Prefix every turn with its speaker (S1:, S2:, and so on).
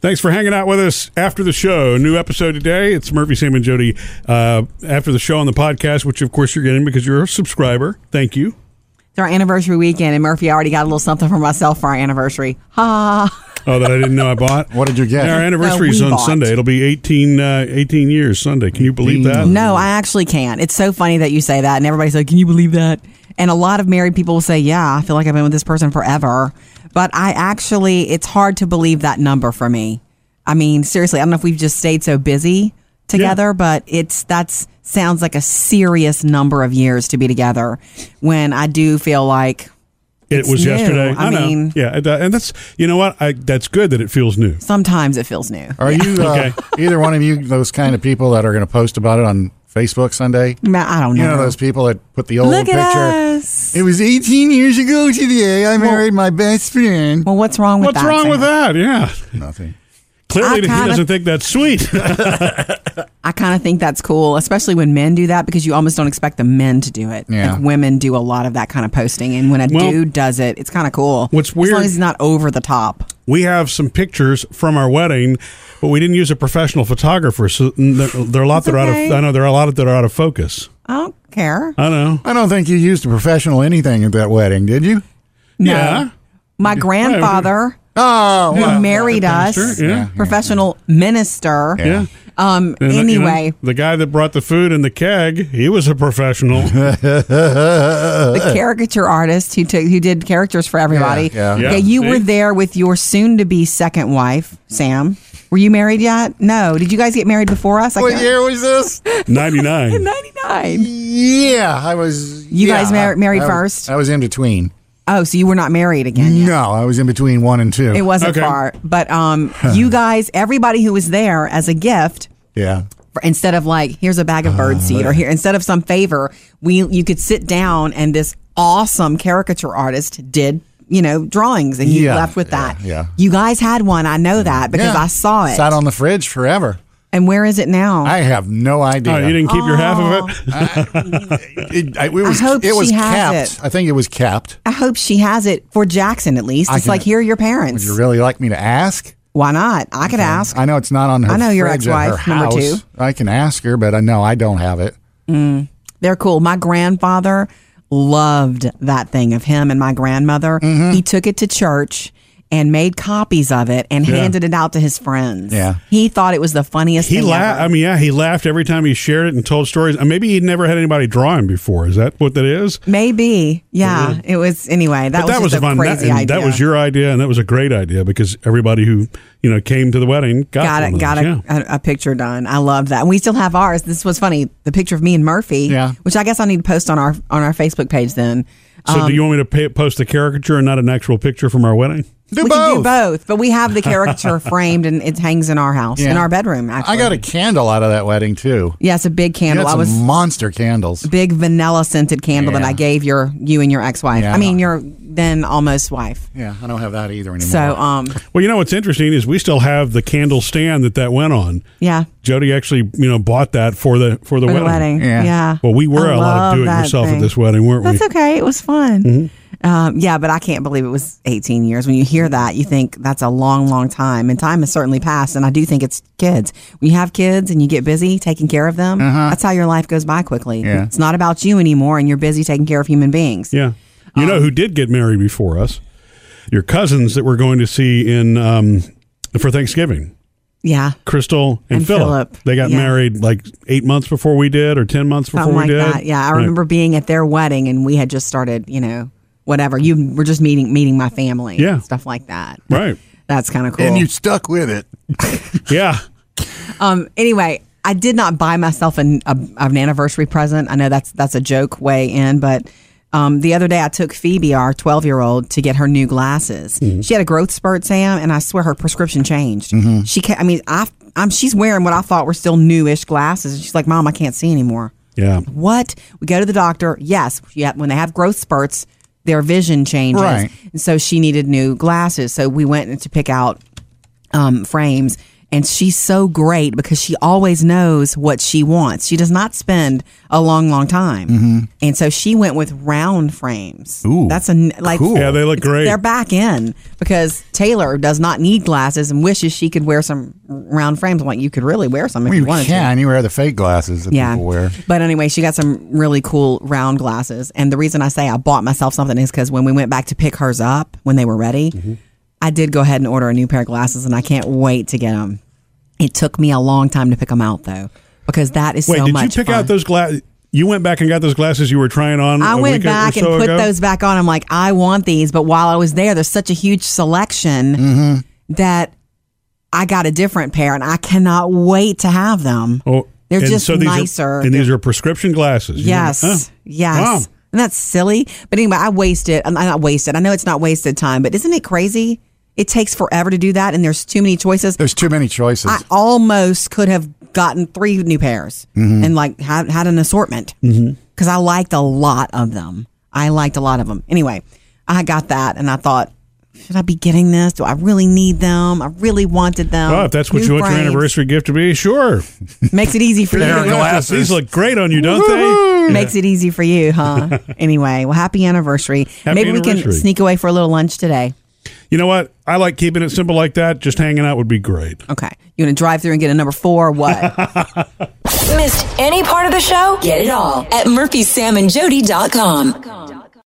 S1: Thanks for hanging out with us after the show. New episode today. It's Murphy, Sam, and Jody uh, after the show on the podcast, which of course you're getting because you're a subscriber. Thank you.
S2: It's our anniversary weekend, and Murphy already got a little something for myself for our anniversary. Ha!
S1: Oh, that I didn't know I bought.
S3: What did you get?
S1: And our anniversary is
S2: we
S1: on
S2: bought.
S1: Sunday. It'll be 18, uh, 18 years Sunday. Can you believe that?
S2: No, I actually can't. It's so funny that you say that, and everybody's like, "Can you believe that?" And a lot of married people will say, "Yeah, I feel like I've been with this person forever," but I actually, it's hard to believe that number for me. I mean, seriously, I don't know if we've just stayed so busy together, but it's that's sounds like a serious number of years to be together. When I do feel like
S1: it
S2: it's
S1: was
S2: new.
S1: yesterday.
S2: I
S1: know.
S2: mean-
S1: yeah, and, uh, and that's you know what? I, that's good that it feels new.
S2: sometimes it feels new.
S3: Are you uh,
S1: Okay.
S3: either one of you those kind of people that are going to post about it on Facebook Sunday?
S2: Ma- I don't know.
S3: You know those people that put the old
S2: Look
S3: picture.
S2: at us.
S3: It was 18 years ago today. I married my best friend.
S2: Well, what's wrong with
S1: What's
S2: that?
S1: wrong with
S2: Sam?
S1: that? Yeah,
S3: Nothing.
S1: clearly
S2: I
S1: he
S2: kinda-
S1: doesn't think that's sweet.
S2: I kind of think that's cool, especially when men do that because you almost don't expect the men to do it.
S3: Yeah.
S2: Like women do a lot of that kind of posting, and when a
S1: Well,
S2: dude does it, it's kind of cool.
S1: what's
S2: As
S1: weird-
S2: long as he's not over the top.
S1: we have some pictures from our wedding, but we didn't use a professional photographer, so n- there there are a lot
S2: That's
S1: that are out
S2: okay.
S1: of. I know there are a lot that are out of focus.
S2: I don't care.
S1: I know.
S3: I don't think you used a professional anything at that wedding, did you?
S2: No.
S1: Yeah.
S2: My grandfather,
S3: Oh,
S2: who
S3: well,
S2: married us,
S1: Pastor, yeah.
S2: professional minister.
S3: Yeah.
S1: Yeah.
S2: Um.
S1: And, uh, you
S2: anyway,
S1: know, the guy that brought the food and the keg, he was a professional. Uh,
S2: the caricature artist who took who did characters for everybody.
S3: Yeah,
S1: yeah.
S2: Okay,
S1: Yeah,
S2: you
S1: see?
S2: were there with your soon to be second wife, Sam. Were you married yet? No. Did you guys get married before us? I
S1: Oh
S3: what
S2: can't-
S3: year was this?
S1: Ninety nine.
S2: 99.
S3: Yeah, I was.
S2: You
S3: yeah,
S2: guys mar- married
S3: I- I-
S2: first?
S3: I was in between.
S2: Oh, so you were not married again yet.
S3: No, I was in between one and two.
S2: It wasn't
S1: Okay.
S2: far. But um, you guys, everybody who was there as a gift,
S3: yeah.
S2: for- instead of like, here's a bag of
S3: Oh,
S2: birdseed or here, instead of some favor, we you could sit down and this awesome caricature artist did, you know, drawings and you
S3: Yeah,
S2: left with
S3: yeah,
S2: that.
S3: yeah. Mm.
S2: You guys had one. I know that because
S3: Yeah.
S2: I saw it.
S3: Sat on the fridge forever.
S2: and where is it now?
S3: I have no idea.
S1: Oh, you didn't keep your half of it.
S3: It, I, it was,
S2: hope
S3: it was
S2: she has
S3: capped. I think it was capped.
S2: I hope she has it for Jackson at least.
S3: I
S2: It's
S3: can-
S2: like, here are your parents.
S3: Would you really like me to ask?
S2: Why not? I could ask.
S3: I know it's not on her.
S2: I know your
S3: fridge at her
S2: ex-wife, number
S3: house.
S2: two.
S3: I can ask her, but I know I don't have it.
S2: They're cool. My grandfather loved that thing of him and my grandmother. He took it to church and made copies of it and handed it out to his friends.
S3: Yeah.
S2: He thought it was the funniest
S1: He
S2: thing.
S1: laughed.
S2: ever.
S1: I mean, yeah, he laughed every time he shared it and told stories. Uh, Maybe he'd never had anybody draw him before. Is that what that is?
S2: Maybe. Yeah. It was anyway, that
S1: But
S2: was,
S1: a
S2: just
S1: fun.
S2: a crazy
S1: that, and
S2: idea.
S1: that was your idea, and that was a great idea because everybody who you know came to the wedding got one
S2: Got it.
S1: of
S2: Got
S1: those,
S2: a, a, a picture done. I love that. And we still have ours. This was funny. The picture of me and Murphy.
S3: Yeah.
S2: Which I guess I need to post on our on our Facebook page. Then
S1: yeah. So,
S2: Um,
S1: do you want me to pay, post a caricature and not an actual picture from our wedding?
S3: Do
S2: we
S3: both.
S2: can do both. But we have the caricature framed and it hangs in our house in
S3: Yeah.
S2: our bedroom. Actually,
S3: I got a candle out of that wedding too.
S2: Yeah, it's a big
S3: You
S2: candle.
S3: had
S2: I
S3: some
S2: was
S3: monster candles.
S2: big vanilla scented candle that
S3: Yeah.
S2: I gave your you and your ex wife.
S3: Yeah.
S2: I mean your then almost wife.
S3: Yeah, I don't have that either anymore.
S2: So um
S1: Well, you know what's interesting is we still have the candle stand that that went on.
S2: yeah.
S1: Jody actually, you know, bought that for the for the,
S2: For
S1: wedding.
S2: the wedding.
S3: Yeah.
S2: Yeah.
S1: Well, we were
S2: I
S1: a lot
S2: love
S1: of do it
S2: that
S1: yourself
S2: thing.
S1: at this Mm-hmm. wedding, weren't
S2: That's
S1: we?
S2: okay. It was fun. Um, yeah, but I can't believe it was 18 years. When you hear that, you think that's a long, long time. And time has certainly passed. And I do think it's kids. When you have kids and you get busy taking care of them,
S1: Uh-huh.
S2: that's how your life goes by quickly.
S3: Yeah.
S2: It's not about you anymore, and you're busy taking care of human beings.
S1: Yeah. You
S2: Um,
S1: know who did get married before us? Your cousins that we're going to see in um, for Thanksgiving.
S2: Yeah.
S1: Crystal and,
S2: And
S1: Philip.
S2: Philip,
S1: They got
S2: yeah.
S1: married like eight months before we did, or ten months before
S2: something like
S1: we did.
S2: that. Yeah, I
S1: Right.
S2: remember being at their wedding, and we had just started, you know, whatever. You were just meeting meeting my family,
S1: Yeah.
S2: and stuff like that.
S1: Right.
S2: That's kind of cool.
S3: and you stuck with it.
S1: Yeah.
S2: um, anyway, I did not buy myself an, a, an anniversary present. I know that's that's a joke way in, but. Um, the other day, I took Phoebe, our 12 year old, to get her new glasses.
S1: Mm-hmm.
S2: She had a growth spurt, Sam, and I swear her prescription changed.
S3: Mm-hmm.
S2: She, ca- I mean, I, I'm, she's wearing what I thought were still newish glasses. And she's like, Mom, I can't see anymore.
S1: Yeah.
S2: What? We go to the doctor. Yes, yeah, when they have growth spurts, their vision changes.
S3: Right.
S2: And so she needed new glasses. So we went to pick out um, frames. And she's so great because she always knows what she wants. She does not spend a long, long time. And so she went with round frames.
S4: Ooh,
S2: that's a n- like
S4: cool.
S1: Yeah, they look
S2: it's-
S1: great.
S2: They're back in because Taylor does not need glasses and wishes she could wear some round frames. I'm like, you could really wear some if
S3: Well,
S2: you
S3: you
S2: wanted to.
S3: can. You wear the fake glasses that people wear.
S2: But anyway, she got some really cool round glasses. And the reason I say I bought myself something is because when we went back to pick hers up when they were ready, I did go ahead and order a new pair of glasses, and I can't wait to get them. It took me a long time to pick them out though, because that is
S1: Wait,
S2: so
S1: did
S2: much
S1: you pick
S2: fun.
S1: out those glasses? You went back and got those glasses you were trying on.
S2: I
S1: a
S2: went
S1: week
S2: back
S1: or so
S2: and put
S1: ago?
S2: those back on. I'm like, I want these. But while I was there, there's such a huge selection that I got a different pair, and I cannot wait to have them.
S1: Oh,
S2: They're
S1: and
S2: just
S1: so these
S2: nicer.
S1: Are, and these are prescription glasses. You
S2: Yes.
S1: know? Huh.
S2: Yes.
S1: Wow.
S2: And that's silly. But anyway, I wasted. I'm not wasted. I know it's not wasted time, but isn't it crazy? It takes forever to do that, and there's too many choices.
S3: There's too many choices.
S2: I almost could have gotten three new pairs
S1: Mm-hmm.
S2: and like had, had an assortment because I liked a lot of them. I liked a lot of them. Anyway, I got that, and I thought, should I be getting this? Do I really need them? I really wanted them.
S1: Oh, if that's what
S2: New
S1: you want
S2: frames.
S1: your anniversary gift to be, sure.
S2: makes it easy for you.
S3: There Their you go. glasses.
S1: These look great on you, don't they?
S2: makes it easy for you, huh? anyway, well, happy anniversary. Maybe we can
S1: anniversary.
S2: sneak away for a little lunch today.
S1: You know what? I like keeping it simple like that. Just hanging out would be great.
S2: Okay. You want to drive through and get a number four or what?
S5: Missed any part of the show? Get it all at murphysamandjody.com.